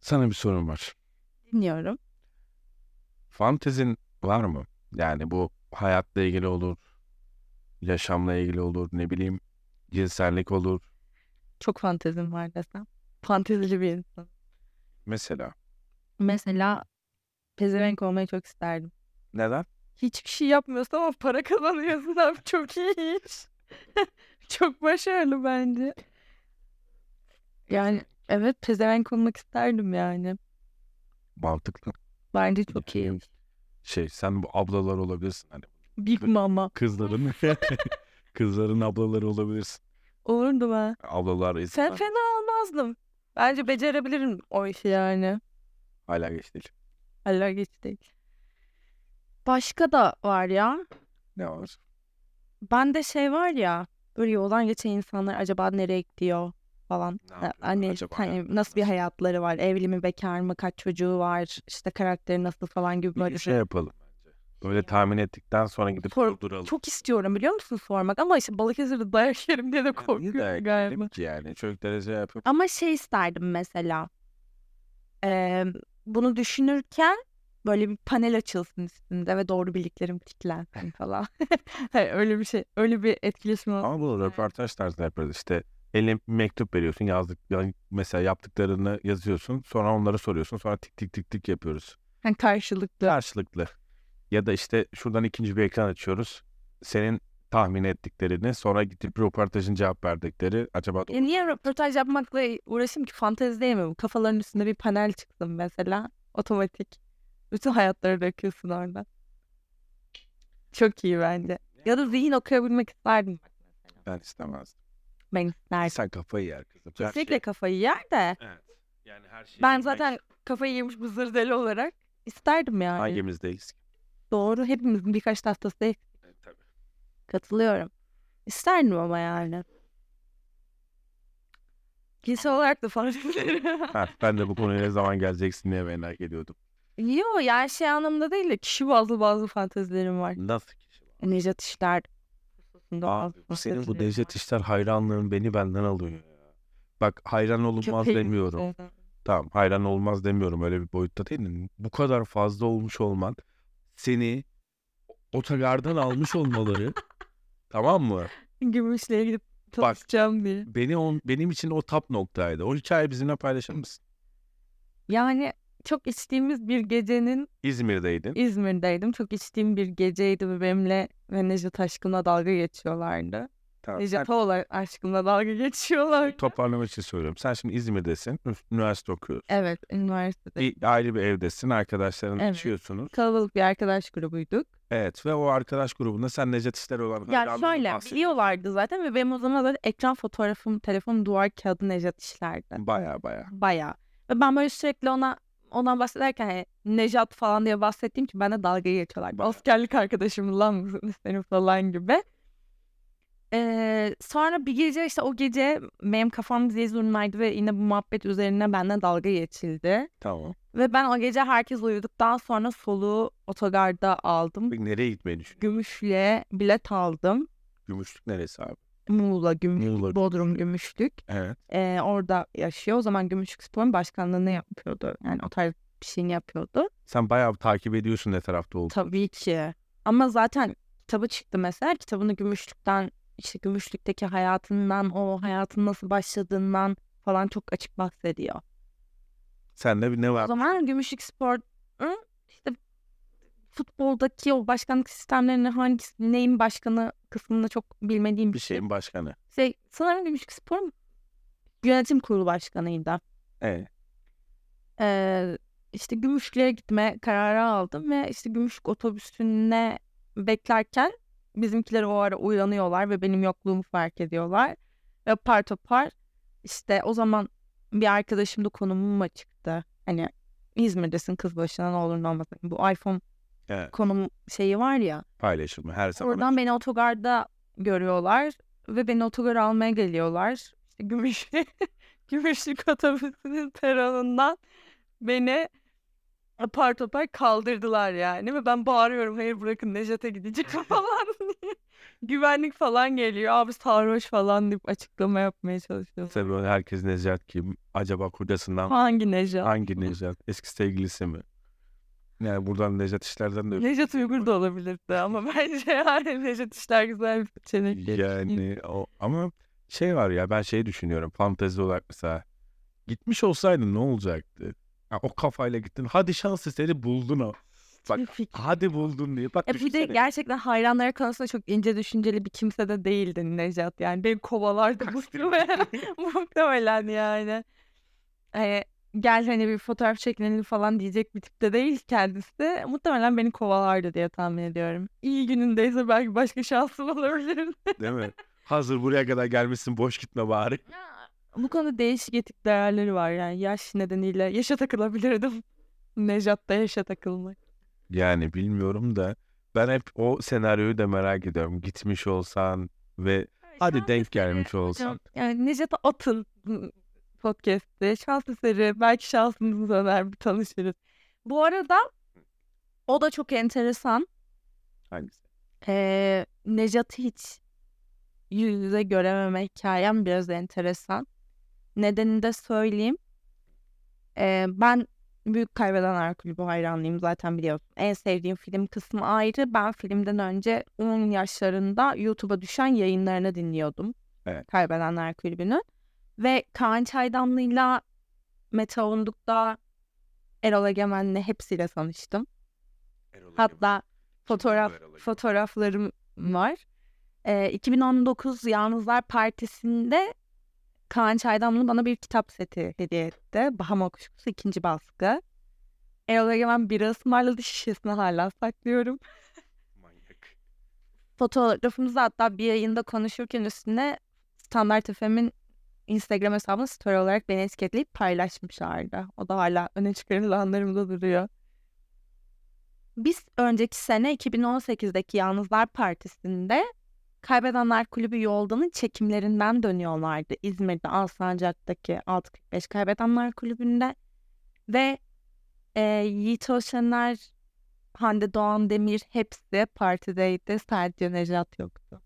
Sana bir sorum var. Dinliyorum. Fantezin var mı? Yani bu hayatla ilgili olur, yaşamla ilgili olur, ne bileyim cinsellik olur. Çok fantezim var desem. Fantezili bir insan. Mesela. Mesela pezevenk olmayı çok isterdim. Neden? Hiçbir şey yapmıyorsun ama para kazanıyorsun abi. Çok iyi iş. Çok başarılı bence. Yani evet pezevenk olmak isterdim yani. Mantıklı. Bence çok iyi. Yani Şey sen bu ablalar olabilirsin. Hani Big Mama. kızların kızların ablaları olabilirsin. Olurdu ben. Ablalar izin Sen ver. fena olmazdım. Bence becerebilirim o işi yani. hala geç değil. Hala geç değil. Başka da var ya. Ne var? Bende şey var ya böyle yoldan geçen insanlar acaba nereye gidiyor falan. Ne Ha, yapıyorlar Hani, acaba hani hayatlarında? nasıl bir hayatları var? Evli mi, bekar mı, kaç çocuğu var? işte karakteri nasıl falan gibi Bir böyle. şey yapalım bence. Böyle tahmin ettikten sonra gidip Sor- durduralım. Şey Çok istiyorum biliyor musun sormak ama işte Balıkesir'de dayak yerim diye de Yani niye korkuyorum dayak galiba. yiyelim ki yani çok derece yapıp Ama şey isterdim mesela. Eee, bunu düşünürken böyle bir panel açılsın üstünde ve doğru bildiklerim tiklensin falan. Hayır, öyle bir şey, öyle bir etkileşim olsun. Ama bunu röportaj tarzında yaparız işte. Eline bir mektup veriyorsun yazdık yani mesela yaptıklarını yazıyorsun sonra onlara soruyorsun sonra tik tik tik tik yapıyoruz. Yani hani karşılıklı. Karşılıklı. Ya da işte şuradan ikinci bir ekran açıyoruz. Senin tahmin ettiklerini sonra gidip röportajın cevap verdikleri acaba doğru. Ya E, niye röportaj yapmakla uğraşayım ki? Fantezi değil mi? bu? Kafaların üstünde bir panel çıksın mesela. Otomatik. Bütün hayatları döküyorsun orada. Çok iyi bence. Ya da zihin okuyabilmek isterdim. bak mesela. Ben istemezdim. Ben isterdim. Sen kafayı yer kızım. Her Kesinlikle şey- kafayı yer de Evet. Yani her şey. ben zaten kafayı yemiş bu zırdeli olarak isterdim yani. Hangimizdeyiz? Doğru. Hepimizin birkaç tahtası eksik. Evet, E, tabii. katılıyorum. İsterdim ama yani. Kişi olarak da fantezileri. Ha, ben de bu konuya ne zaman geleceksin diye merak ediyordum. Yo yani şey anlamında değil de kişi bazlı bazı fantezilerim var. Nasıl kişi var? Nejat İşler. Abi bu senin bu Necdet İşler hayranlığın beni benden alıyor ya. Bak hayran olunmaz demiyorum. Tamam hayran olmaz demiyorum öyle bir boyutta değil de bu kadar fazla olmuş olman seni otogardan almış olmaları tamam mı? Gümüşlere gidip tanışacağım diye. Beni on, benim için o tap noktaydı. O hikayeyi bizimle paylaşır mısın? Yani çok içtiğimiz bir gecenin İzmir'deydin. İzmir'deydim. Çok içtiğim bir geceydi ve benimle ve Nejat aşkımla dalga geçiyorlardı. Tamam. sen- Nejat olarak aşkımla dalga geçiyorlardı. toparlamak için söylüyorum. Sen şimdi İzmir'desin. Üniversite okuyorsun. Evet üniversitede. Bir ayrı bir evdesin. Arkadaşların Evet. içiyorsunuz. Kalabalık bir arkadaş grubuyduk. Evet ve o arkadaş grubunda sen Necdet İşler olan Ya hayranlığını şöyle bahsediyorsun. biliyorlardı zaten ve benim o zaman zaten ekran fotoğrafım, telefonum duvar kağıdı Nejat işlerdi. Baya baya. Bayağı. Ve ben böyle sürekli ona ondan bahsederken hani Nejat falan diye bahsettiğim için bana dalga geçiyorlar. Bayağı. Askerlik arkadaşım lan mısın senin falan gibi. Ee, sonra bir gece işte o gece benim kafam zurnaydı ve yine bu muhabbet üzerine benden dalga geçildi. Tamam. Ve ben o gece herkes uyuduktan sonra soluğu otogarda aldım. Peki nereye gitmeyi düşünüyorsun? Gümüşlü'ye bilet aldım. Gümüşlük neresi abi? Muğla Gümüş, Muğla. Bodrum Gümüşlük. Evet. Ee, orada yaşıyor. O zaman Gümüşlük Spor'un başkanlığını yapıyordu. Yani o tarz bir şeyini yapıyordu. Sen bayağı takip ediyorsun ne tarafta olduğunu. Tabii ki. Ama zaten kitabı çıktı mesela. Kitabını Gümüşlük'ten işte Gümüşlük'teki hayatından, o hayatın nasıl başladığından falan çok açık bahsediyor. Sen de bir ne var? O zaman Gümüşlük Spor'un işte futboldaki o başkanlık sistemlerinin hangisi, neyin başkanı kısmını çok bilmediğim Bir şeyin başkanı. Şey, sanırım Gümüşlük Spor'un yönetim kurulu başkanıydı. Evet. Ee, işte Gümüşlük'e gitme kararı aldım ve işte Gümüşlük otobüsüne beklerken bizimkiler o ara uyanıyorlar ve benim yokluğumu fark ediyorlar. Ve par topar işte o zaman bir arkadaşım da konumuma çıktı. Hani İzmir'desin kız başına ne olur ne olmaz. Hani Bu iPhone Evet. konum şeyi var ya. Paylaşımı her zaman. Oradan beni otogarda görüyorlar ve beni otogara almaya geliyorlar. İşte gümüş, gümüşlük otobüsünün peronundan beni apar topar kaldırdılar yani. Ve ben bağırıyorum hayır bırakın Necdet'e gideceğim falan diye. Güvenlik falan geliyor. Abi sarhoş falan deyip açıklama yapmaya çalışıyor. Tabii böyle herkes Necat kim? Acaba kocasından Hangi Nejat? hangi Necat? Eski sevgilisi mi? Yani buradan Necat işlerden de Nejat Uygur da olabilirdi ama bence yani Nejat İşler güzel bir seçenek. Yani o, ama şey var ya ben şey düşünüyorum fantezi olarak mesela gitmiş olsaydın ne olacaktı? Ya o kafayla gittin. Hadi şans eseri buldun o. Bak Bir fikir. hadi buldun diye. Bak E bir de düşünsene. gerçekten hayranları konusunda çok ince düşünceli bir kimse de değildin Nejat. Yani beni kovalardı Takdir muhtemelen. muhtemelen yani. Hani gel hani bir fotoğraf çekinelim falan diyecek bir tipte değil kendisi. Muhtemelen beni kovalardı diye tahmin ediyorum. İyi günündeyse belki başka şansım olabilir. Değil mi? Hazır buraya kadar gelmişsin boş gitme bari. Bu konuda değişik etik değerleri var yani yaş nedeniyle. Yaşa takılabilirdim. Nejat da yaşa takılmak. Yani bilmiyorum da ben hep o senaryoyu da merak ediyorum. Gitmiş olsan ve Hadi E, Şans denk eseri gelmiş hocam. olsan. Yani Necdet'e atın podcast'te. Şans eseri. Belki şansınız döner bir tanışırız. Bu arada o da çok enteresan. hangisi? Ee, Necdet'i hiç yüz yüze görememe hikayem biraz enteresan. Nedenini de söyleyeyim. Ee, ben Büyük Kaybeden Ara Kulübü hayranlıyım zaten biliyorsun. En sevdiğim film kısmı ayrı. Ben filmden önce 10 yaşlarında YouTube'a düşen yayınlarını dinliyordum. Evet. Kaybedenler Kulübü'nü. Ve Kaan Çaydanlı'yla Mete Onduk'ta Erol Egemen'le hepsiyle tanıştım. Hatta fotoğraf fotoğraflarım var. Ee, 2019 Yalnızlar Partisi'nde Kaan Çaydanlı bana bir kitap seti hediye etti. Bahama Kuşkusu ikinci baskı. Erol Egemen bira ısmarladı şişesini hala saklıyorum. Manyak. Fotoğrafımızı hatta bir yayında konuşurken üstüne Standart FM'in Instagram hesabını story olarak beni etiketleyip paylaşmışlardı. O da hala öne çıkarılanlarımda duruyor. Biz önceki sene 2018'deki Yalnızlar Partisi'nde Kaybedenler Kulübü Yolda'nın çekimlerinden dönüyorlardı. İzmir'de Alsancak'taki 645 Kaybedenler Kulübü'nde. Ve e, Yiğit Öşener, Hande Doğan Demir hepsi partideydi. Sertçe Necat yoktu.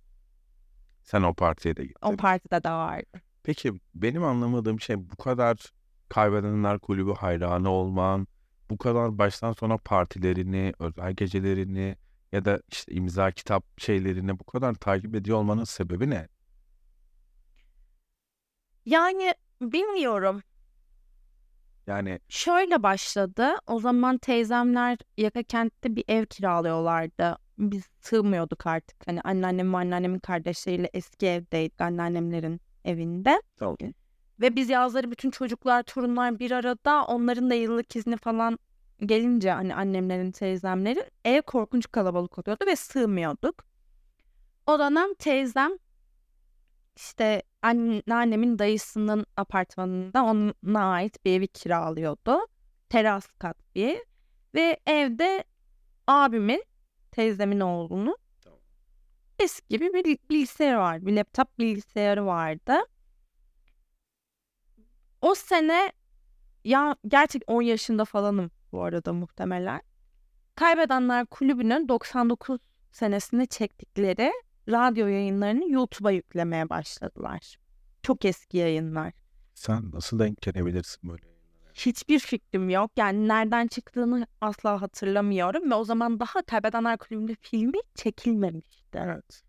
Sen o partiye de gittin. O partide de vardı. Peki benim anlamadığım şey bu kadar kaybedenler kulübü hayranı olman, bu kadar baştan sona partilerini, özel gecelerini ya da işte imza kitap şeylerini bu kadar takip ediyor olmanın sebebi ne? Yani bilmiyorum. Yani Şöyle başladı. O zaman teyzemler Yakakent'te bir ev kiralıyorlardı. Biz sığmıyorduk artık. Hani anneannem ve anneannemin kardeşleriyle eski evdeydik anneannemlerin evinde. Tamam. Ve biz yazları bütün çocuklar, torunlar bir arada onların da yıllık izni falan gelince hani annemlerin, teyzemlerin ev korkunç kalabalık oluyordu ve sığmıyorduk. O dönem teyzem işte anneannemin dayısının apartmanında ona ait bir evi kiralıyordu. Teras kat bir ev. Ve evde abimin, teyzemin oğlunun Tamam. eski gibi bir bilgisayarı vardı. Bir laptop bilgisayarı vardı. O sene ya gerçek 10 yaşında falanım bu arada muhtemelen. Kaybedenler Kulübü'nün 99 senesinde çektikleri radyo yayınlarını YouTube'a yüklemeye başladılar. Çok eski yayınlar. sen nasıl denk gelebilirsin böyle? Hiçbir fikrim yok. Yani nereden çıktığını asla hatırlamıyorum ve o zaman daha Kaybedenler Kulübü'nün filmi çekilmemişti. Evet.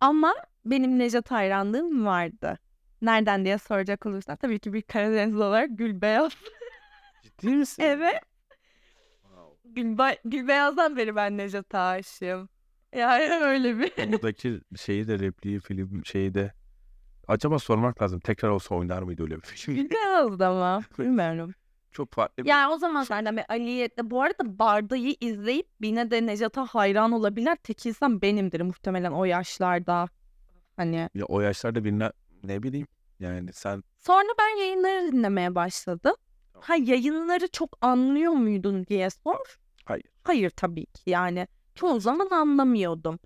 Ama benim Nejat hayranlığım vardı. Nereden diye soracak olursan tabii ki bir Karadenizli olarak Gülbeyaz. Ciddi misin? Evet. Wow. Gülbe Gülbeyaz'dan beri ben Nejat'a aşığım. Yani öyle bir. Buradaki şeyi de repliği film şeyi de acaba sormak lazım. Tekrar olsa oynar mıydı öyle bir film? Gülbeyaz'da mı? Bilmiyorum. Çok farklı bir Yani o zamanlarda ben Ali'ye de bu arada Barda'yı izleyip Bine de Nejat'a hayran olabilen tek insan benimdir muhtemelen o yaşlarda. Hani Ya o yaşlarda birine ne bileyim yani sen Sonra ben yayınları dinlemeye başladım. Tamam. Ha yayınları çok anlıyor muydun diye sor. Hayır. Hayır tabii ki yani. Çoğu zaman anlamıyordum.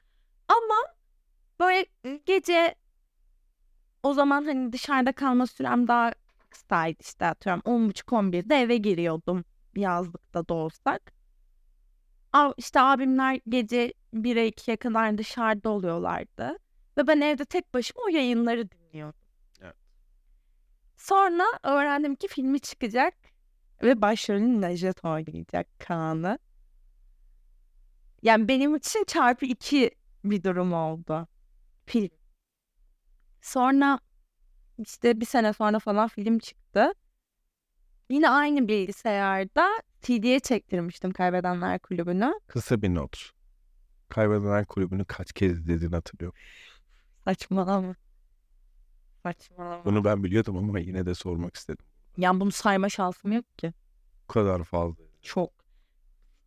Ama böyle gece o zaman hani dışarıda kalma sürem daha kısaydı işte atıyorum. 10.30-11'de eve giriyordum yazlıkta da olsak. Av- İşte abimler gece 1'e 2'ye kadar dışarıda oluyorlardı. Ve ben evde tek başıma o yayınları dinliyordum. Evet. Sonra öğrendim ki filmi çıkacak ve başrolün Necdet oynayacak Kaan'ı. Yani benim için çarpı iki bir durum oldu. Film. Sonra işte bir sene sonra falan film çıktı. Yine aynı bilgisayarda CD'ye çektirmiştim Kaybedenler Kulübü'nü. Kısa bir not. Kaybedenler kulübünü kaç kez izlediğini hatırlıyorum. Saçmalama. Saçmalama. Bunu ben biliyordum ama yine de sormak istedim. Yani bunu sayma şansım yok ki. Bu kadar fazla. Çok.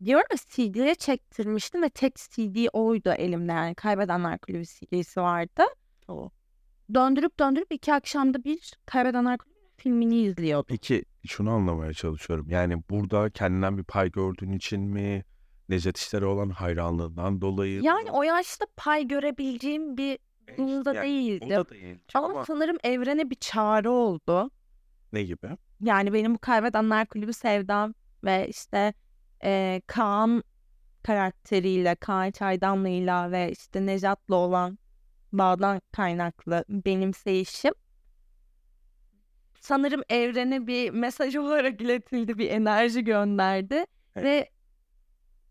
Diyorum ya CD'ye çektirmiştim ve tek CD oydu elimde yani. Kaybedenler Kulübü CD'si vardı. Tamam. Döndürüp döndürüp iki akşamda bir Kaybedenler Kulübü filmini izliyordum. Peki şunu anlamaya çalışıyorum. Yani burada kendinden bir pay gördüğün için mi? Necdet İşler'e olan hayranlığından dolayı mı? Yani o yaşta pay görebileceğim bir E, durumda yani o değildim. da değil. Ama, Ama sanırım evrene bir çağrı oldu. ne gibi? Yani benim bu Kaybedenler Kulübü sevdam ve işte eee Kaan karakteriyle, Kaan Çaydanlı'yla ve işte Nejat'la olan bağdan kaynaklı benimseyişim sanırım evrene bir mesaj olarak iletildi, bir enerji gönderdi Evet. ve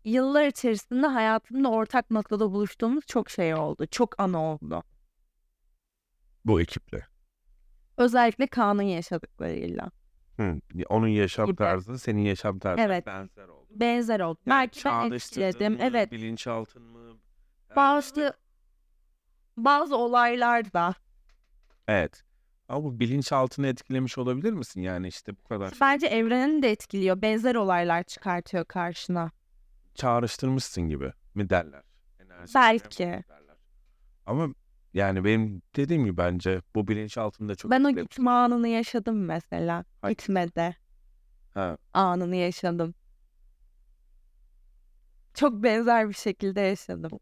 yıllar içerisinde hayatımda ortak noktada buluştuğumuz çok şey oldu, çok an oldu. Bu ekiple. Özellikle Kaan'ın yaşadıklarıyla. Hı. Onun yaşam Gibi. tarzı senin yaşam tarzına Evet. benzer oldu. Benzer oldu. Yani Belki ben çağrıştırdın etkiledim. mı, Evet. Bilinçaltın mı? Ee, Yani işte- bazı bazı olaylar da Evet. Ama bu bilinçaltını etkilemiş olabilir misin? Yani işte bu kadar bence evreni de etkiliyor. Benzer olaylar çıkartıyor karşına. çağrıştırmışsın gibi mi derler? Enerji Belki. mi derler? Ama yani benim dediğim gibi bence bu bilinçaltında çok Ben o etkilemiş. gitme anını yaşadım mesela. Hangi- Gitmede Ha, anını yaşadım. Çok benzer bir şekilde yaşadım.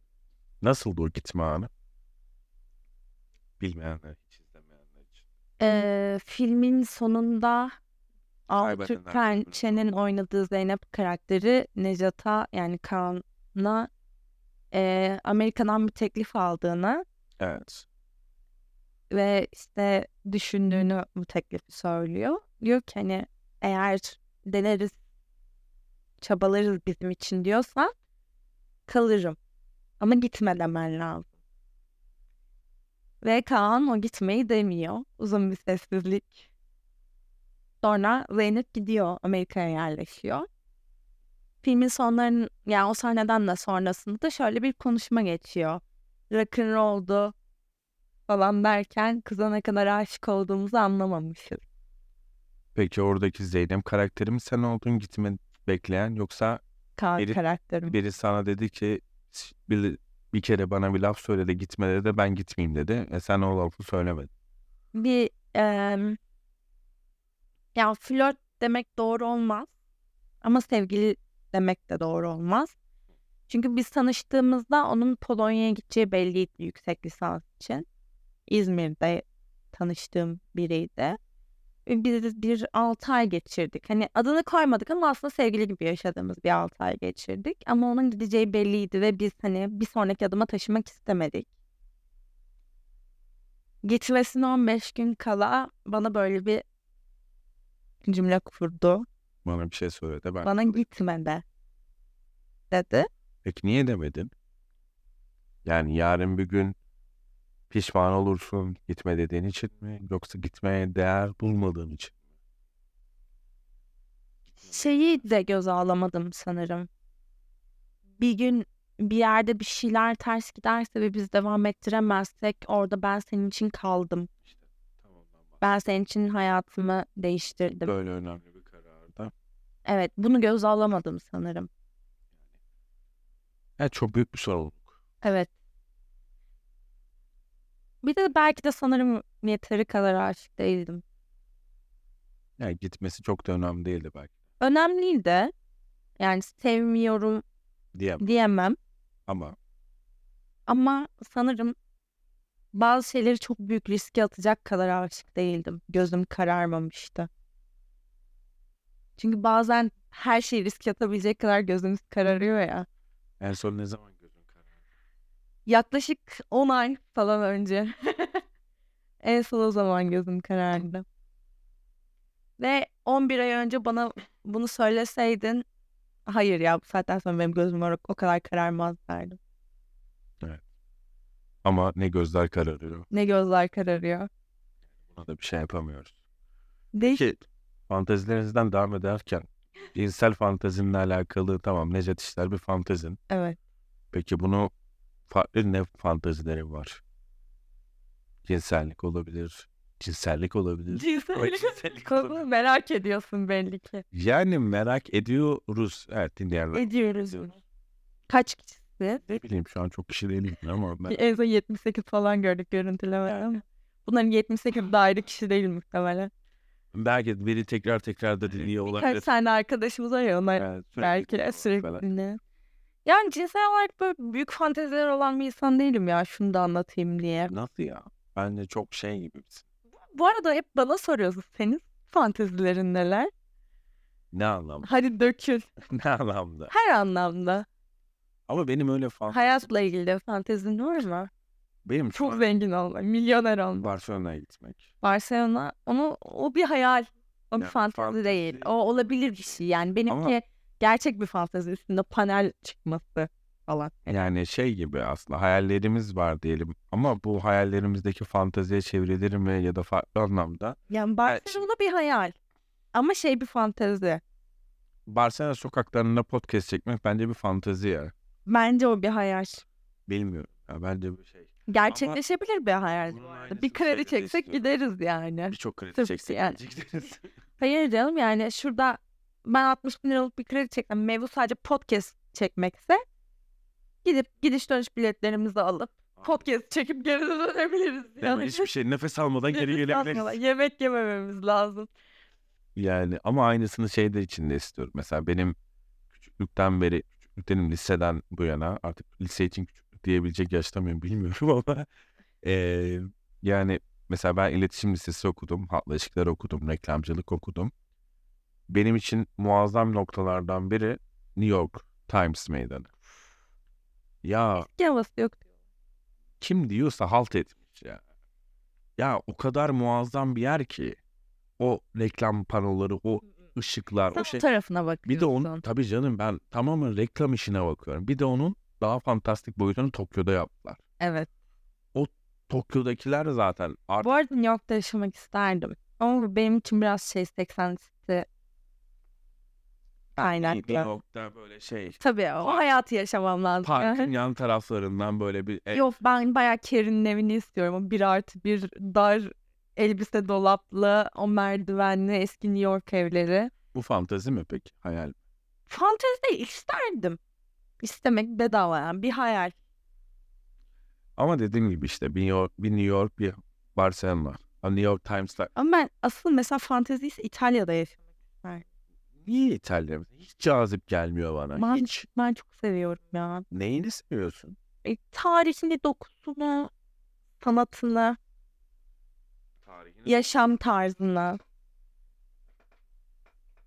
nasıldı o gitme anı? Bilmeyenler hiç izlemeyenler için. Ee, filmin sonunda Altı Kaybedenler Türk Kulübü'nün Pençe'nin oynadığı Zeynep karakteri Necat'a yani Kaan'a ee, Amerika'dan bir teklif aldığını Evet. ve işte düşündüğünü bu teklifi söylüyor. Diyor ki hani eğer deneriz, çabalarız bizim için diyorsan kalırım. Ama gitme demen lazım. Ve Kaan o gitmeyi demiyor. Uzun bir sessizlik. Sonra Zeynep gidiyor Amerika'ya yerleşiyor. Filmin sonların yani o sahneden de sonrasında da şöyle bir konuşma geçiyor. Rock'n'roll'du falan derken kıza ne kadar aşık olduğumuzu anlamamışız. Peki oradaki Zeynep karakteri mi sen oldun gitme bekleyen yoksa Kaan Biri- karakterim. biri sana dedi ki "Ş- bir, bir kere bana bir laf söyle de gitme dedi de ben gitmeyeyim dedi. E sen o lafı söylemedin. bir em, ya flört demek doğru olmaz ama sevgili demek de doğru olmaz. Çünkü biz tanıştığımızda onun Polonya'ya gideceği belliydi yüksek lisans için. İzmir'de tanıştığım biriydi. Ve Biz bir 6 ay geçirdik. Hani adını koymadık ama aslında sevgili gibi yaşadığımız bir 6 ay geçirdik. Ama onun gideceği belliydi ve biz hani bir sonraki adıma taşımak istemedik. Geçmesine 15 gün kala bana böyle bir cümle kurdu. Bana bir şey söyle de ben. Bana gitme de dedi. Peki niye demedin? Yani yarın bir gün pişman olursun gitme dediğin için mi? Yoksa gitmeye değer bulmadığın için. mi? Şeyi de göze alamadım sanırım. Bir gün bir yerde bir şeyler ters giderse ve biz devam ettiremezsek orada ben senin için kaldım. Tamam, tamam. Ben senin için hayatımı değiştirdim. Böyle önemli bir kararda. Evet, bunu göze alamadım sanırım. Yani çok büyük bir sorumluluk. Evet. Bir de belki de sanırım yeteri kadar aşık değildim. Yani gitmesi çok da önemli değildi belki. Önemliydi. Yani sevmiyorum Diyemem diyemem. ama Ama sanırım bazı şeyleri çok büyük riske atacak kadar aşık değildim. Gözüm kararmamıştı. Çünkü bazen her şeyi riske atabilecek kadar gözümüz kararıyor ya. en son ne zaman gözün karardı? Yaklaşık 10 ay falan önce. en son o zaman gözüm karardı. Ve 11 ay önce bana bunu söyleseydin hayır ya bu saatten sonra benim gözüm o, o kadar kararmaz derdim. Ama ne gözler kararıyor. Ne gözler kararıyor. Buna da bir şey yapamıyoruz. Değil. Peki fantezilerinizden devam ederken cinsel fantezinle alakalı tamam Necdet İşler bir fantezin. Evet. Peki bunu farklı ne fantezileri var? Cinsellik olabilir. Cinsellik olabilir. Ama Cinsellik. cinsellik olabilir. Konuyu merak ediyorsun belli ki. Yani merak ediyoruz. Evet dinleyenler. Ediyoruz bunu. Kaç kişisi? ne bileyim şu an çok kişi değilim ama ben En son 78 falan gördük görüntüleme ama. Bunların 78 daire kişi değil muhtemelen. belki biri tekrar tekrar da dinliyor olabilir. Kaç tane arkadaşımız var ya onlar Evet, sürekli belki dinliyor sürekli falan. dinliyor. Yani cinsel olarak böyle büyük fanteziler olan bir insan değilim ya şunu da anlatayım diye. Nasıl ya? Bence çok şey gibi. Bu arada hep bana soruyorsunuz senin fantezilerin neler? Ne anlamda? Hadi dökül. ne anlamda? Her anlamda. Ama benim öyle fantezi. Hayatla ilgili de fantezin var mı? Benim Çok çok zengin olmak, milyoner olmak. Barcelona'ya gitmek. Barcelona onu o bir hayal. O bir Yani fantezi, fantezi. değil. O olabilir bir şey. Yani benimki Ama- gerçek bir fantezi üstünde panel çıkması falan. Yani şey gibi aslında hayallerimiz var diyelim. Ama bu hayallerimizdeki fanteziye çevrilir mi ya da farklı anlamda. Yani şimdi- Barcelona bir hayal. Ama şey bir fantezi. Barcelona sokaklarında podcast çekmek bence bir fantezi ya. Bence o bir hayal. Bilmiyorum. Ya bence bir şey. Gerçekleşebilir bir hayal. Bunun Bir aynısını kredi şeyde de çeksek istiyorum. gideriz yani. Birçok kredi Sırf çeksek yani. bence gideriz. Hayır canım yani şurada ben 60 bin liralık bir kredi çekmem. Mevzu sadece podcast çekmekse gidip gidiş dönüş biletlerimizi alıp podcast çekip geri dönebiliriz. Yani hiçbir şey nefes almadan geri Nefes almadan gelebiliriz. Yemek yemememiz lazım. Yani ama aynısını şey de içinde istiyorum. Mesela benim küçüklükten beri, küçüklükten liseden bu yana artık lise için küçüklük diyebilecek yaşta mıyım bilmiyorum ama eee, yani mesela ben iletişim lisesi okudum, halkla ilişkiler okudum, reklamcılık okudum. Benim için muazzam noktalardan biri New York Times Meydanı. Ya Yavası yok. kim diyorsa halt etmiş ya. Ya o kadar muazzam bir yer ki o reklam panoları, o ışıklar, Sen o şey. tarafına bak. Bir de onun tabii canım ben tamamen reklam işine bakıyorum. Bir de onun daha fantastik boyutunu Tokyo'da yaptılar. Evet. Tokyo'dakiler zaten Bu artık arada New York'ta yaşamak isterdim. Ama bu benim için biraz şey 80 City. Aynen. New York'ta böyle şey Tabii o Park. hayatı yaşamam lazım. parkın yan taraflarından böyle bir e, Yok ben bayağı Kerin'in evini istiyorum. O bir artı bir dar elbise dolaplı o merdivenli eski New York evleri. bu fantezi mi peki hayal? Fantezi değil isterdim. İstemek bedava yani bir hayal. Ama dediğim gibi işte bir New York, bir, New York, bir Barcelona. A New York Times'la Ama ben asıl mesela fantezi ise İtalya'da yaşamak. niye İtalya? Hiç cazip gelmiyor bana. Ben, Hiç. ben çok seviyorum ya. Neyini seviyorsun? E, tarihini, dokusunu, sanatını, Tarihini. yaşam tarzını.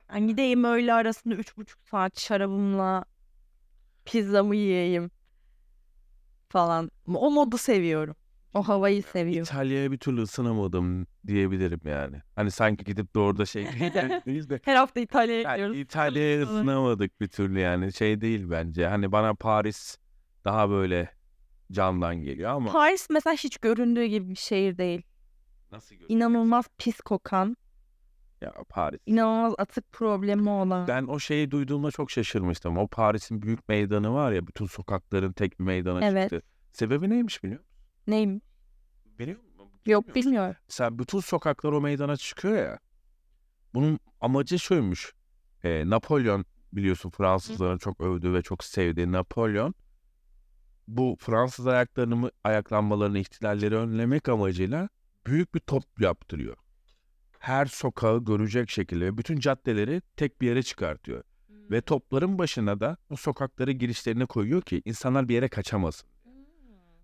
Yani gideyim öğle arasında üç buçuk saat şarabımla pizzamı yiyeyim falan. O modu seviyorum. O havayı seviyorum. İtalya'ya bir türlü ısınamadım diyebilirim yani. Hani sanki gidip de orada şey değil de. Her hafta İtalya'ya Yani gidiyoruz. İtalya'ya Isınamadık. ısınamadık bir türlü yani. Şey değil bence. Hani bana Paris daha böyle camdan geliyor ama Paris mesela hiç göründüğü gibi bir şehir değil. nasıl görüyorsun? İnanılmaz pis kokan, Ya Paris. inanılmaz atık problemi olan. Ben o şeyi duyduğumda çok şaşırmıştım. O Paris'in büyük meydanı var ya bütün sokakların tek bir meydana Evet. çıktı. Sebebi neymiş biliyor musun? Neyim? Biliyor musun? Yok bilmiyorum. Mesela bütün sokaklar o meydana çıkıyor ya. Bunun amacı şuymuş. E, Napolyon biliyorsun Fransızların çok övdüğü ve çok sevdiği Napolyon bu Fransız ayaklarını mı- ayaklanmalarını, ihtilalleri önlemek amacıyla büyük bir top yaptırıyor. Her sokağı görecek şekilde ve bütün caddeleri tek bir yere çıkartıyor. Ve topların başına da bu sokakları girişlerine koyuyor ki insanlar bir yere kaçamasın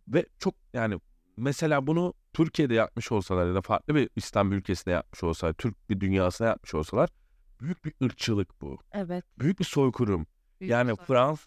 ve çok yani mesela bunu Türkiye'de yapmış olsalar ya da farklı bir İslam ülkesinde yapmış olsalar, Türk bir dünyasına yapmış olsalar büyük bir ırkçılık bu. Evet. Büyük bir soykırım. yani Fransız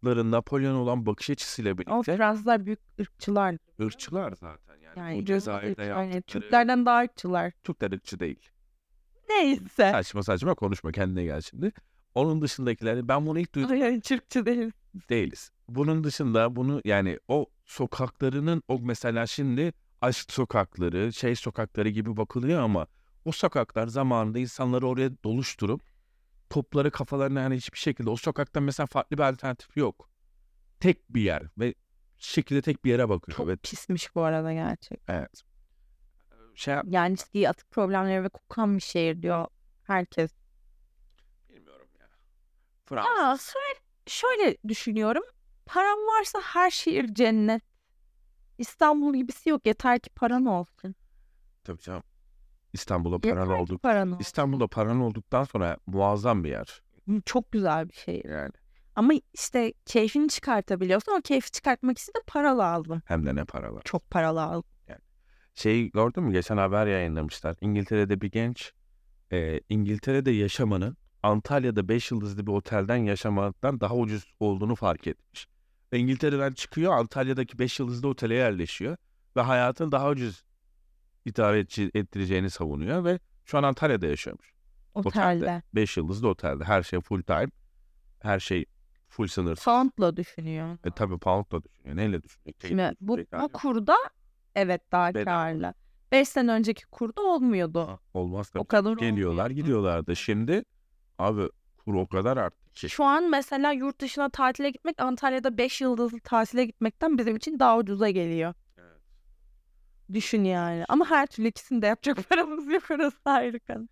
Fransızların Napolyon olan bakış açısıyla birlikte. O Fransızlar büyük ırkçılar. Irkçılar zaten yani. Yani bu Cezayir'de yaptıkları. inanılmaz ırkçı. Yani Türklerden daha ırkçılar. Türkler ırkçı değil. Neyse. Saçma saçma konuşma kendine gel şimdi. Onun dışındakileri ben bunu ilk duydum Yani Türkçü değil. değiliz. Bunun dışında bunu yani o sokaklarının o mesela şimdi aşk sokakları, şey sokakları gibi bakılıyor ama o sokaklar zamanında insanları oraya doluşturup topları kafalarına yani hiçbir şekilde o sokakta mesela farklı bir alternatif yok. Tek bir yer ve şekilde tek bir yere bakıyor. Çok ve pismiş bu arada gerçek. evet. Şey yap- Yani ciddi atık problemleri ve kokan bir şehir diyor herkes. bilmiyorum ya. Aa, Fransız. şöyle, şöyle düşünüyorum. Param varsa her şehir cennet. İstanbul gibisi yok. Yeter ki paran olsun. Tabii canım. İstanbul'a Yeter paran ki olduk. paran olsun. İstanbul'da paran olduktan sonra muazzam bir yer. Çok güzel bir şehir. Yani Ama işte keyfini çıkartabiliyorsun. O keyfi çıkartmak için de para lazım. hem de ne paralar. Çok para lazım. Şey gördün mü? Geçen haber yayınlamışlar. İngiltere'de bir genç e, İngiltere'de yaşamanın Antalya'da 5 yıldızlı bir otelden yaşamaktan daha ucuz olduğunu fark etmiş. Ve İngiltere'den çıkıyor Antalya'daki 5 yıldızlı otele yerleşiyor ve hayatını daha ucuz idare edici- ettireceğini savunuyor ve şu an Antalya'da yaşıyormuş. Otelde. 5 yıldızlı otelde her şey full time, her şey full sınırsız. Sound'la düşünüyor. E tabi poundla düşünüyor. Neyle düşünüyor? Şimdi bu, Tekrar bu yok. kurda evet daha Bedava. karlı. 5 sene önceki kurda olmuyordu. Olmaz tabii. O kadar Geliyorlar olmuyordu. gidiyorlardı. Şimdi abi kur o kadar arttı ki. Şu an mesela yurt dışına tatile gitmek Antalya'da 5 yıldızlı tatile gitmekten bizim için daha ucuza geliyor. Evet. Düşün yani. Ama her türlü ikisini de yapacak paramız yok orası ayrı konu.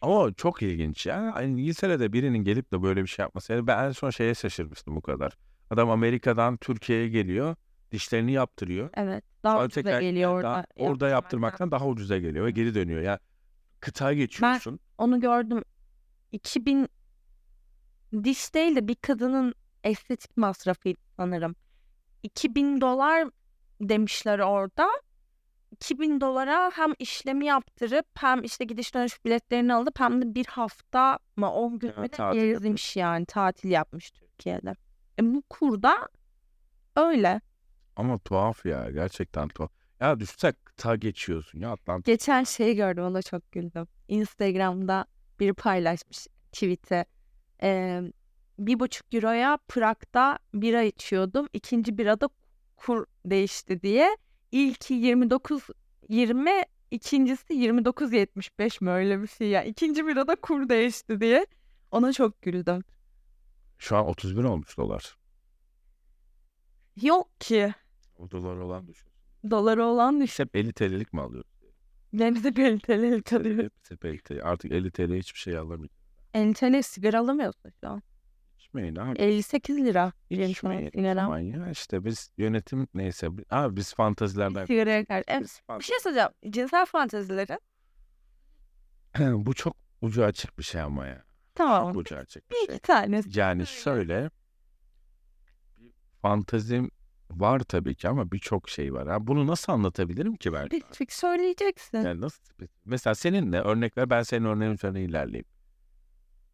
Ama çok ilginç ya. Hani İngiltere'de birinin gelip de böyle bir şey yapması. Yani ben en son şeye şaşırmıştım bu kadar. Adam Amerika'dan Türkiye'ye geliyor. Dişlerini yaptırıyor. Evet. Daha Sonra ucuza tekrar- e, geliyor orada. daha- orada yaptırmaktan daha ucuza geliyor ve geri dönüyor. Ya kıta geçiyorsun. Onu gördüm. 2000 diş değil de bir kadının estetik masrafıydı sanırım. 2000 dolar demişler orada. 2000 dolara hem işlemi yaptırıp hem işte gidiş dönüş biletlerini alıp hem de bir hafta mı 10 gün Ha, mü tatil ne gezmiş yani tatil yapmış Türkiye'de. E bu kurda öyle. Ama tuhaf ya gerçekten tuhaf. Ya düşünsene kıta geçiyorsun ya Atlantik. Geçen şeyi gördüm ona çok güldüm. Instagram'da biri paylaşmış tweet'i. Ee, bir buçuk euroya Prag'da bira içiyordum. İkinci birada kur değişti diye. İlki 29 20 ikincisi 29.75 mi öyle bir şey ya. İkinci birada kur değişti diye. Ona çok güldüm. Şu an 30 bin olmuş dolar. Yok ki O dolar olan düşün. doları olan düşün. Hep 50 TL'lik mi alıyor? Denize bir eliteli kalıyor. Hep 50 TL. Artık 50 TL hiçbir şey alamıyor. Eliteli sigara alamıyorsun şu an. İçmeyin abi. 58 lira. Yeni İçmeyin. sanat, inenem. Aman ya işte biz yönetim neyse. bi- Abi biz fantazilerden. Sigaraya karşı. Evet. Biz Bir fantezi- şey soracağım. Cinsel fantezileri. Bu çok ucu açık bir şey ama ya. Çok Tamam. ucu açık bir Bir şey. iki tanesi. Yani şöyle. bir Fantezim var tabii ki ama birçok şey var. Ha, bunu nasıl anlatabilirim ki ben? Bir fix söyleyeceksin. Yani nasıl? Mesela seninle örnek ver ben senin örneğin üzerine ilerleyeyim.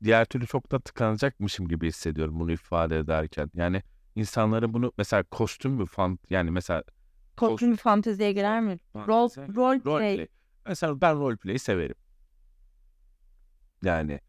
Diğer türlü çok da tıkanacakmışım gibi hissediyorum bunu ifade ederken. Yani insanların bunu mesela kostüm mü fan yani mesela Korkunç bir fanteziye girer mi? Rol, Fantezi. rol şey Roleplay. play. Mesela ben roleplay'i severim. Yani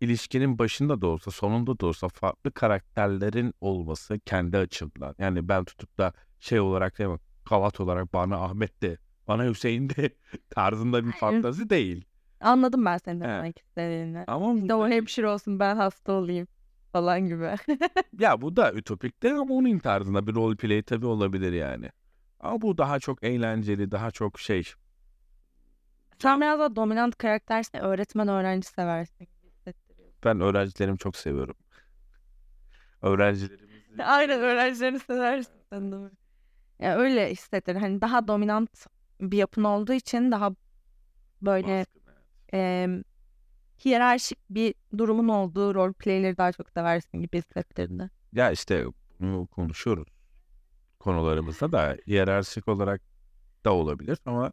ilişkinin başında da olsa sonunda da olsa farklı karakterlerin olması kendi açımdan. Yani ben tutup da şey olarak demem. Kavat olarak bana Ahmet de bana Hüseyin de tarzında bir Hayır. fantazi değil. Anladım ben senin de He. demek istediğini. Ama bu İşte o da- hemşire olsun ben hasta olayım falan gibi. ya bu da ütopik de ama onun tarzında bir roleplay tabii olabilir yani. Ama bu daha çok eğlenceli, daha çok şey. Sen biraz daha dominant karaktersin. Öğretmen öğrenci seversin. Ben öğrencilerimi çok seviyorum. Öğrencilerimizi Aynen öğrencilerini seversin sen de. Ya öyle hissettir. Hani daha dominant bir yapın olduğu için daha böyle baskın, evet. e, hiyerarşik bir durumun olduğu rol playleri daha çok seversin gibi hissettirdi. Ya işte bunu konuşuyoruz konularımızda da hiyerarşik olarak da olabilir ama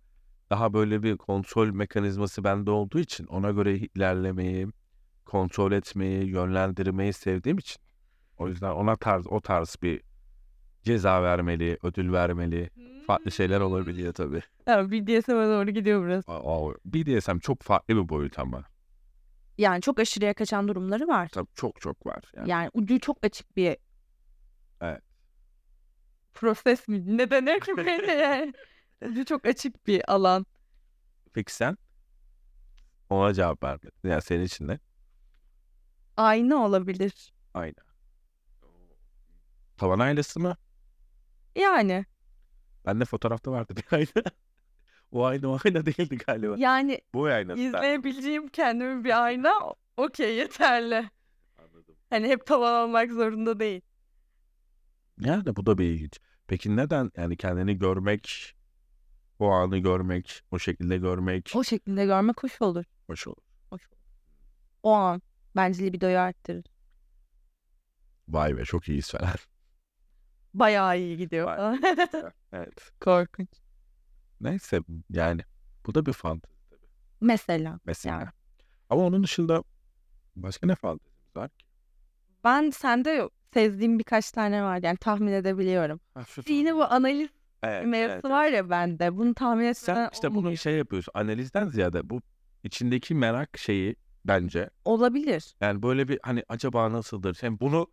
daha böyle bir kontrol mekanizması bende olduğu için ona göre ilerlemeyi, kontrol etmeyi, yönlendirmeyi sevdiğim için O yüzden ona tarz o tarz bir ceza vermeli, ödül vermeli. Farklı şeyler olabiliyor tabii. Tamam BDSM'e doğru gidiyor burası. Aa, BDSM çok farklı bir boyut ama. Yani çok aşırıya kaçan durumları var. Tabii çok çok var. Yani. Yani ucu çok açık bir Evet. proses mi? Ne denir ki böyle yani? Ucu çok açık bir alan. Peki sen? Ona cevap vermedin. Yani senin için ne? Ayna olabilir. Aynen. Tavan aynası mı? Yani Bende fotoğrafta vardı bir ayna. o ayna o ayna değildi galiba. yani Bu aynası. izleyebileceğim kendimi bir ayna okey yeterli. Anladım. Hani hep tavan olmak zorunda değil. Yani bu da bir ilginç. Peki neden yani kendini görmek, o anı görmek, o şekilde görmek O şekilde görmek hoş olur. hoş olur. O an bence libidoyu arttırır. Vay be çok iyiyiz falan. Bayağı iyi gidiyor. evet. Korkunç. Neyse yani bu da bir fantezi tabii Mesela mesela. Yani. Ama onun dışında başka ne fantezimiz var ki? ben sende sezdiğim birkaç tane var yani tahmin edebiliyorum. Yine bu analiz evet, mevzusu evet, var ya bende. Bunu tahmin etmeden Sen işte bunu olmuyor. şey yapıyorsun. Analizden ziyade bu içindeki merak şeyi bence. olabilir. Yani böyle bir hani acaba nasıldır? Hem bunu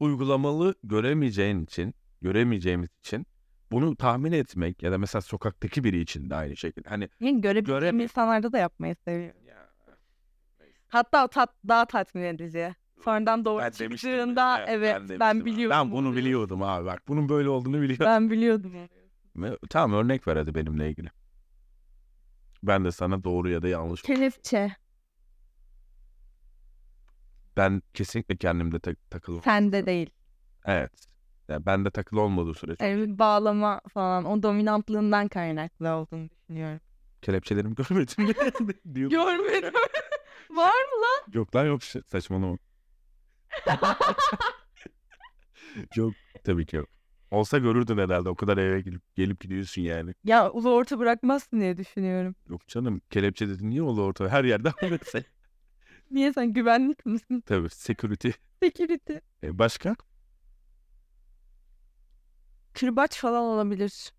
uygulamalı göremeyeceğin için, göremeyeceğimiz için bunu tahmin etmek ya da mesela sokaktaki biri için de aynı şekilde. Hani Yani görebildiğim Göremiyorum. insanlarda da yapmayı seviyorum. Hatta o tat, daha tatmin edici. Sonradan doğru ben demiştim. çıktığında Evet, evet, ben, demiştim. biliyordum. Ben bunu biliyordum abi bak. Bunun böyle olduğunu biliyordum. Ben biliyordum. yani. Tamam örnek ver hadi benimle ilgili. Ben de sana doğru ya da yanlış. Kelepçe Ben kesinlikle kendimde tak- takılı. sende değil. Evet. Yani bende takılı olmadığı sürece Yani bir bağlama falan o dominantlığından kaynaklı olduğunu düşünüyorum. kelepçelerimi görmedim. Diyor. Görmedim. Var mı lan? Yok lan yok şey- saçmalama. yok tabii ki yok. Olsa görürdün herhalde o kadar eve gelip, gelip gidiyorsun yani. Ya ulu orta bırakmazsın diye düşünüyorum. Yok canım kelepçe dedin niye olur orta her yerden böyle Niye sen güvenlik misin? Tabii security. Security. E, başka? Kırbaç falan olabilir.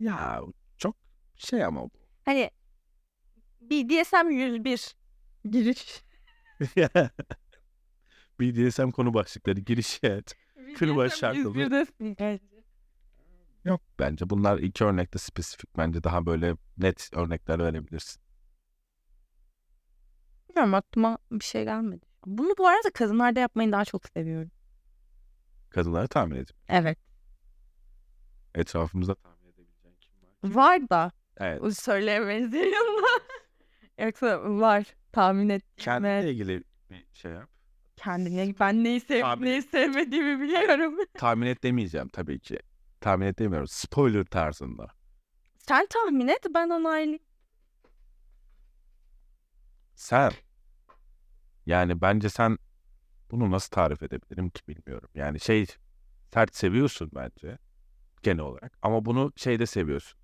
Ya çok şey ama bu. Hani BDSM 101 giriş. BDSM konu başlıkları giriş et. Kırbaç şarkılı. 101'desin bence. Yok bence bunlar iki örnekte spesifik bence daha böyle net örnekler verebilirsin. Bilmiyorum aklıma bir şey gelmedi. Bunu bu arada kadınlarda yapmayı daha çok seviyorum. Kadınları tahmin edip Evet. etrafımızda tahmin edebileceğin kim var? Var da Evet. o söyleyemeyiz yanına. Yoksa var tahmin et. Kendine Evet. ilgili bir şey yap. Kendine ben neyi sevip Tahmin neyi sevmediğimi biliyorum. Tahmin et demeyeceğim tabii ki. Tahmin et demiyorum. Spoiler tarzında. Sen tahmin et ben onaylayayım. Sen yani bence sen bunu nasıl tarif edebilirim ki bilmiyorum. Yani şey sert seviyorsun bence genel olarak ama bunu şeyde seviyorsun.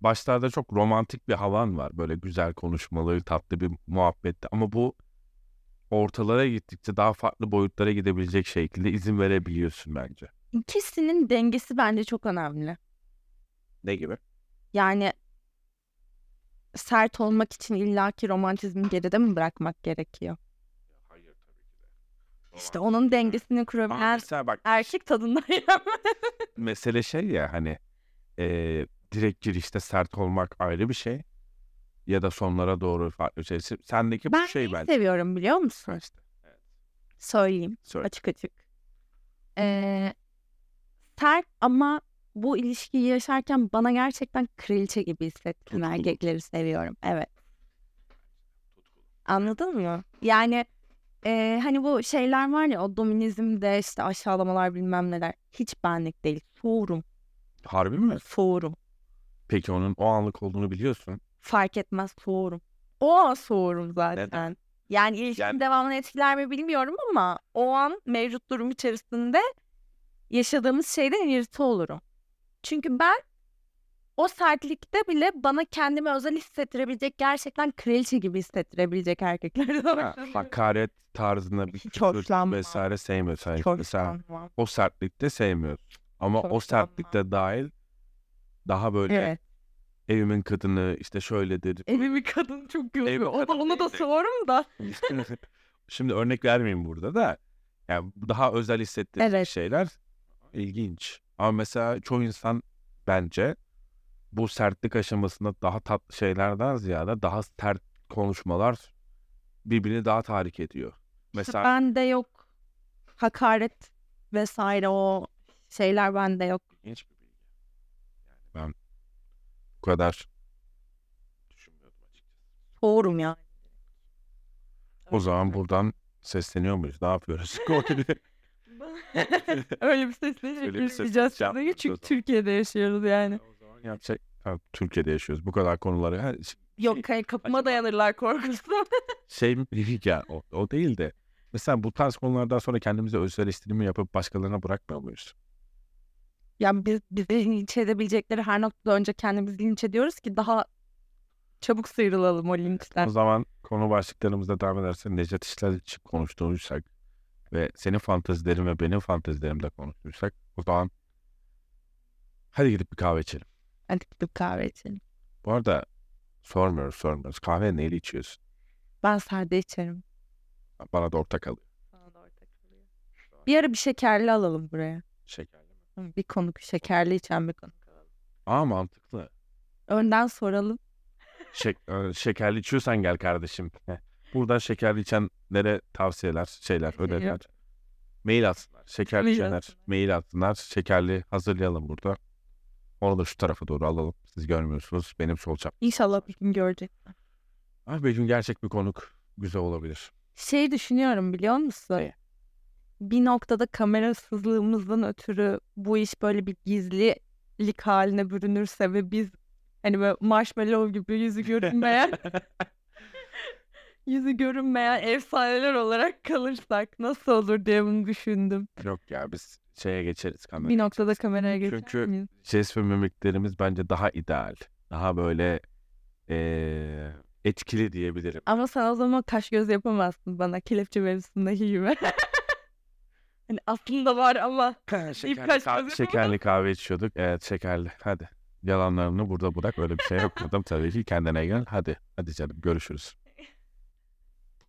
Başlarda çok romantik bir havan var. Böyle güzel konuşmaları, tatlı bir muhabbette ama bu ortalara gittikçe daha farklı boyutlara gidebilecek şekilde izin verebiliyorsun bence. İkisinin dengesi bence çok önemli. Ne gibi? Yani sert olmak için illaki romantizmi geride mi bırakmak gerekiyor? Hayır tabii ki de. İşte onun dengesini kurabilen bak erkek tadından yenmez. mesele şey ya hani eee, direkt girişte sert olmak ayrı bir şey ya da sonlara doğru farklı şey. Se- Sendeki bu Ben şey neyi bence. seviyorum biliyor musun? İşte, evet. Söyleyeyim Söyle. açık açık. Ee, sert ama bu ilişkiyi yaşarken bana gerçekten kraliçe gibi hissettiren Tutkulu. erkekleri seviyorum. Evet. Anladın mı? Yani e, hani bu şeyler var ya o dominizmde işte aşağılamalar bilmem neler. Hiç benlik değil. Soğurum. Harbi mi? Soğurum. Peki onun o anlık olduğunu biliyorsun. Fark etmez soğurum. O an soğurum zaten. Neden? Yani ilişkinin Yani- devamını etkiler mi bilmiyorum ama o an mevcut durum içerisinde yaşadığımız şeyden irite olurum. Çünkü ben o sertlikte bile bana kendimi özel hissettirebilecek gerçekten kraliçe gibi hissettirebilecek erkeklerden Ha, hakaret tarzında bir Hiç küfür hoşlanmam. vesaire sevmiyorsun. Yani Çok mesela sanmam. o sertlikte sevmiyorsun. Ama Hiç o sertlikte dahil daha böyle Evet. evimin kadını işte şöyledir. Evimi kadın çok Evimi gülüyor. Ona, kadın ona da değil de- sorarım da. Şimdi örnek vermeyeyim burada da. Yani daha özel hissettiği Evet. şeyler ilginç. Ama mesela çoğu insan bence bu sertlik aşamasında daha tatlı şeylerden ziyade daha sert konuşmalar birbirini daha tahrik ediyor. Mesela Bende yok. Hakaret vesaire o şeyler bende yok. ilginç bir bilgi. Yani ben bu kadar düşünmüyordum açıkçası. Soğurum yani. O zaman buradan sesleniyor muyuz? Ne yapıyoruz? Öyle bir sesle Öyle bir sesle girmeyeceğiz. şey yapmıyoruz o Çünkü zaman. Türkiye'de yaşıyoruz yani. o zaman yapacak. Ha, Türkiye'de yaşıyoruz. Bu kadar konuları. Ha, ş- Yok hayır şey kapıma Acaba- dayanırlar korkusu. şey mi? ya o, o değil de. Mesela bu tarz konulardan sonra kendimize öz eleştirimi yapıp başkalarına bırakmıyor muyuz? yani biz, bizi linç edebilecekleri her noktada önce kendimizi linç ediyoruz ki daha çabuk sıyrılalım o linçten. O zaman konu başlıklarımızda devam edersen Necdet İşler için konuştuysak ve senin fantezilerin ve benim fantezilerimde konuştuysak o zaman hadi gidip bir kahve içelim. Hadi gidip kahve içelim. Bu arada sormuyoruz sormuyoruz. Kahve neyle içiyorsun? Ben sade içerim. Bana da ortak alıyor. Bir ara bir şekerli alalım buraya. Şekerli mi? Hı, Bir konuk şekerli içen bir konuk alalım. Aa mantıklı. Önden soralım. Şek- e, şekerli içiyorsan gel kardeşim. Heh. Buradan şekerli içenlere tavsiyeler, şeyler, öneriler. Mail atsınlar. Şekerli Mail içenler atsınlar. mail atsınlar. Şekerli hazırlayalım burada. Onu da şu tarafa doğru alalım. Siz görmüyorsunuz. Benim sol çap. İnşallah bir gün görecek. Ah Begüm gerçek bir konuk. Güzel olabilir. Şey düşünüyorum biliyor musun? Ne? Bir noktada kamerasızlığımızdan ötürü bu iş böyle bir gizlilik haline bürünürse ve biz hani böyle marshmallow gibi yüzü görünmeyen yüzü görünmeyen efsaneler olarak kalırsak nasıl olur diye bunu düşündüm. Yok ya biz şeye geçeriz kameraya. Bir noktada kameraya geçer Çünkü- miyiz? Jest ve mimiklerimiz bence daha ideal. Daha böyle eee, etkili diyebilirim. Ama sen o zaman kaş göz yapamazsın bana kelepçe mevzusundaki gibi. hani aslında var ama şekerli, kaç kah- gözü bu? şekerli kahve içiyorduk. Evet şekerli. Hadi. Yalanlarını burada bırak. Öyle bir şey yapmadım tabii ki. Kendine gel. Hadi. Hadi canım. Görüşürüz.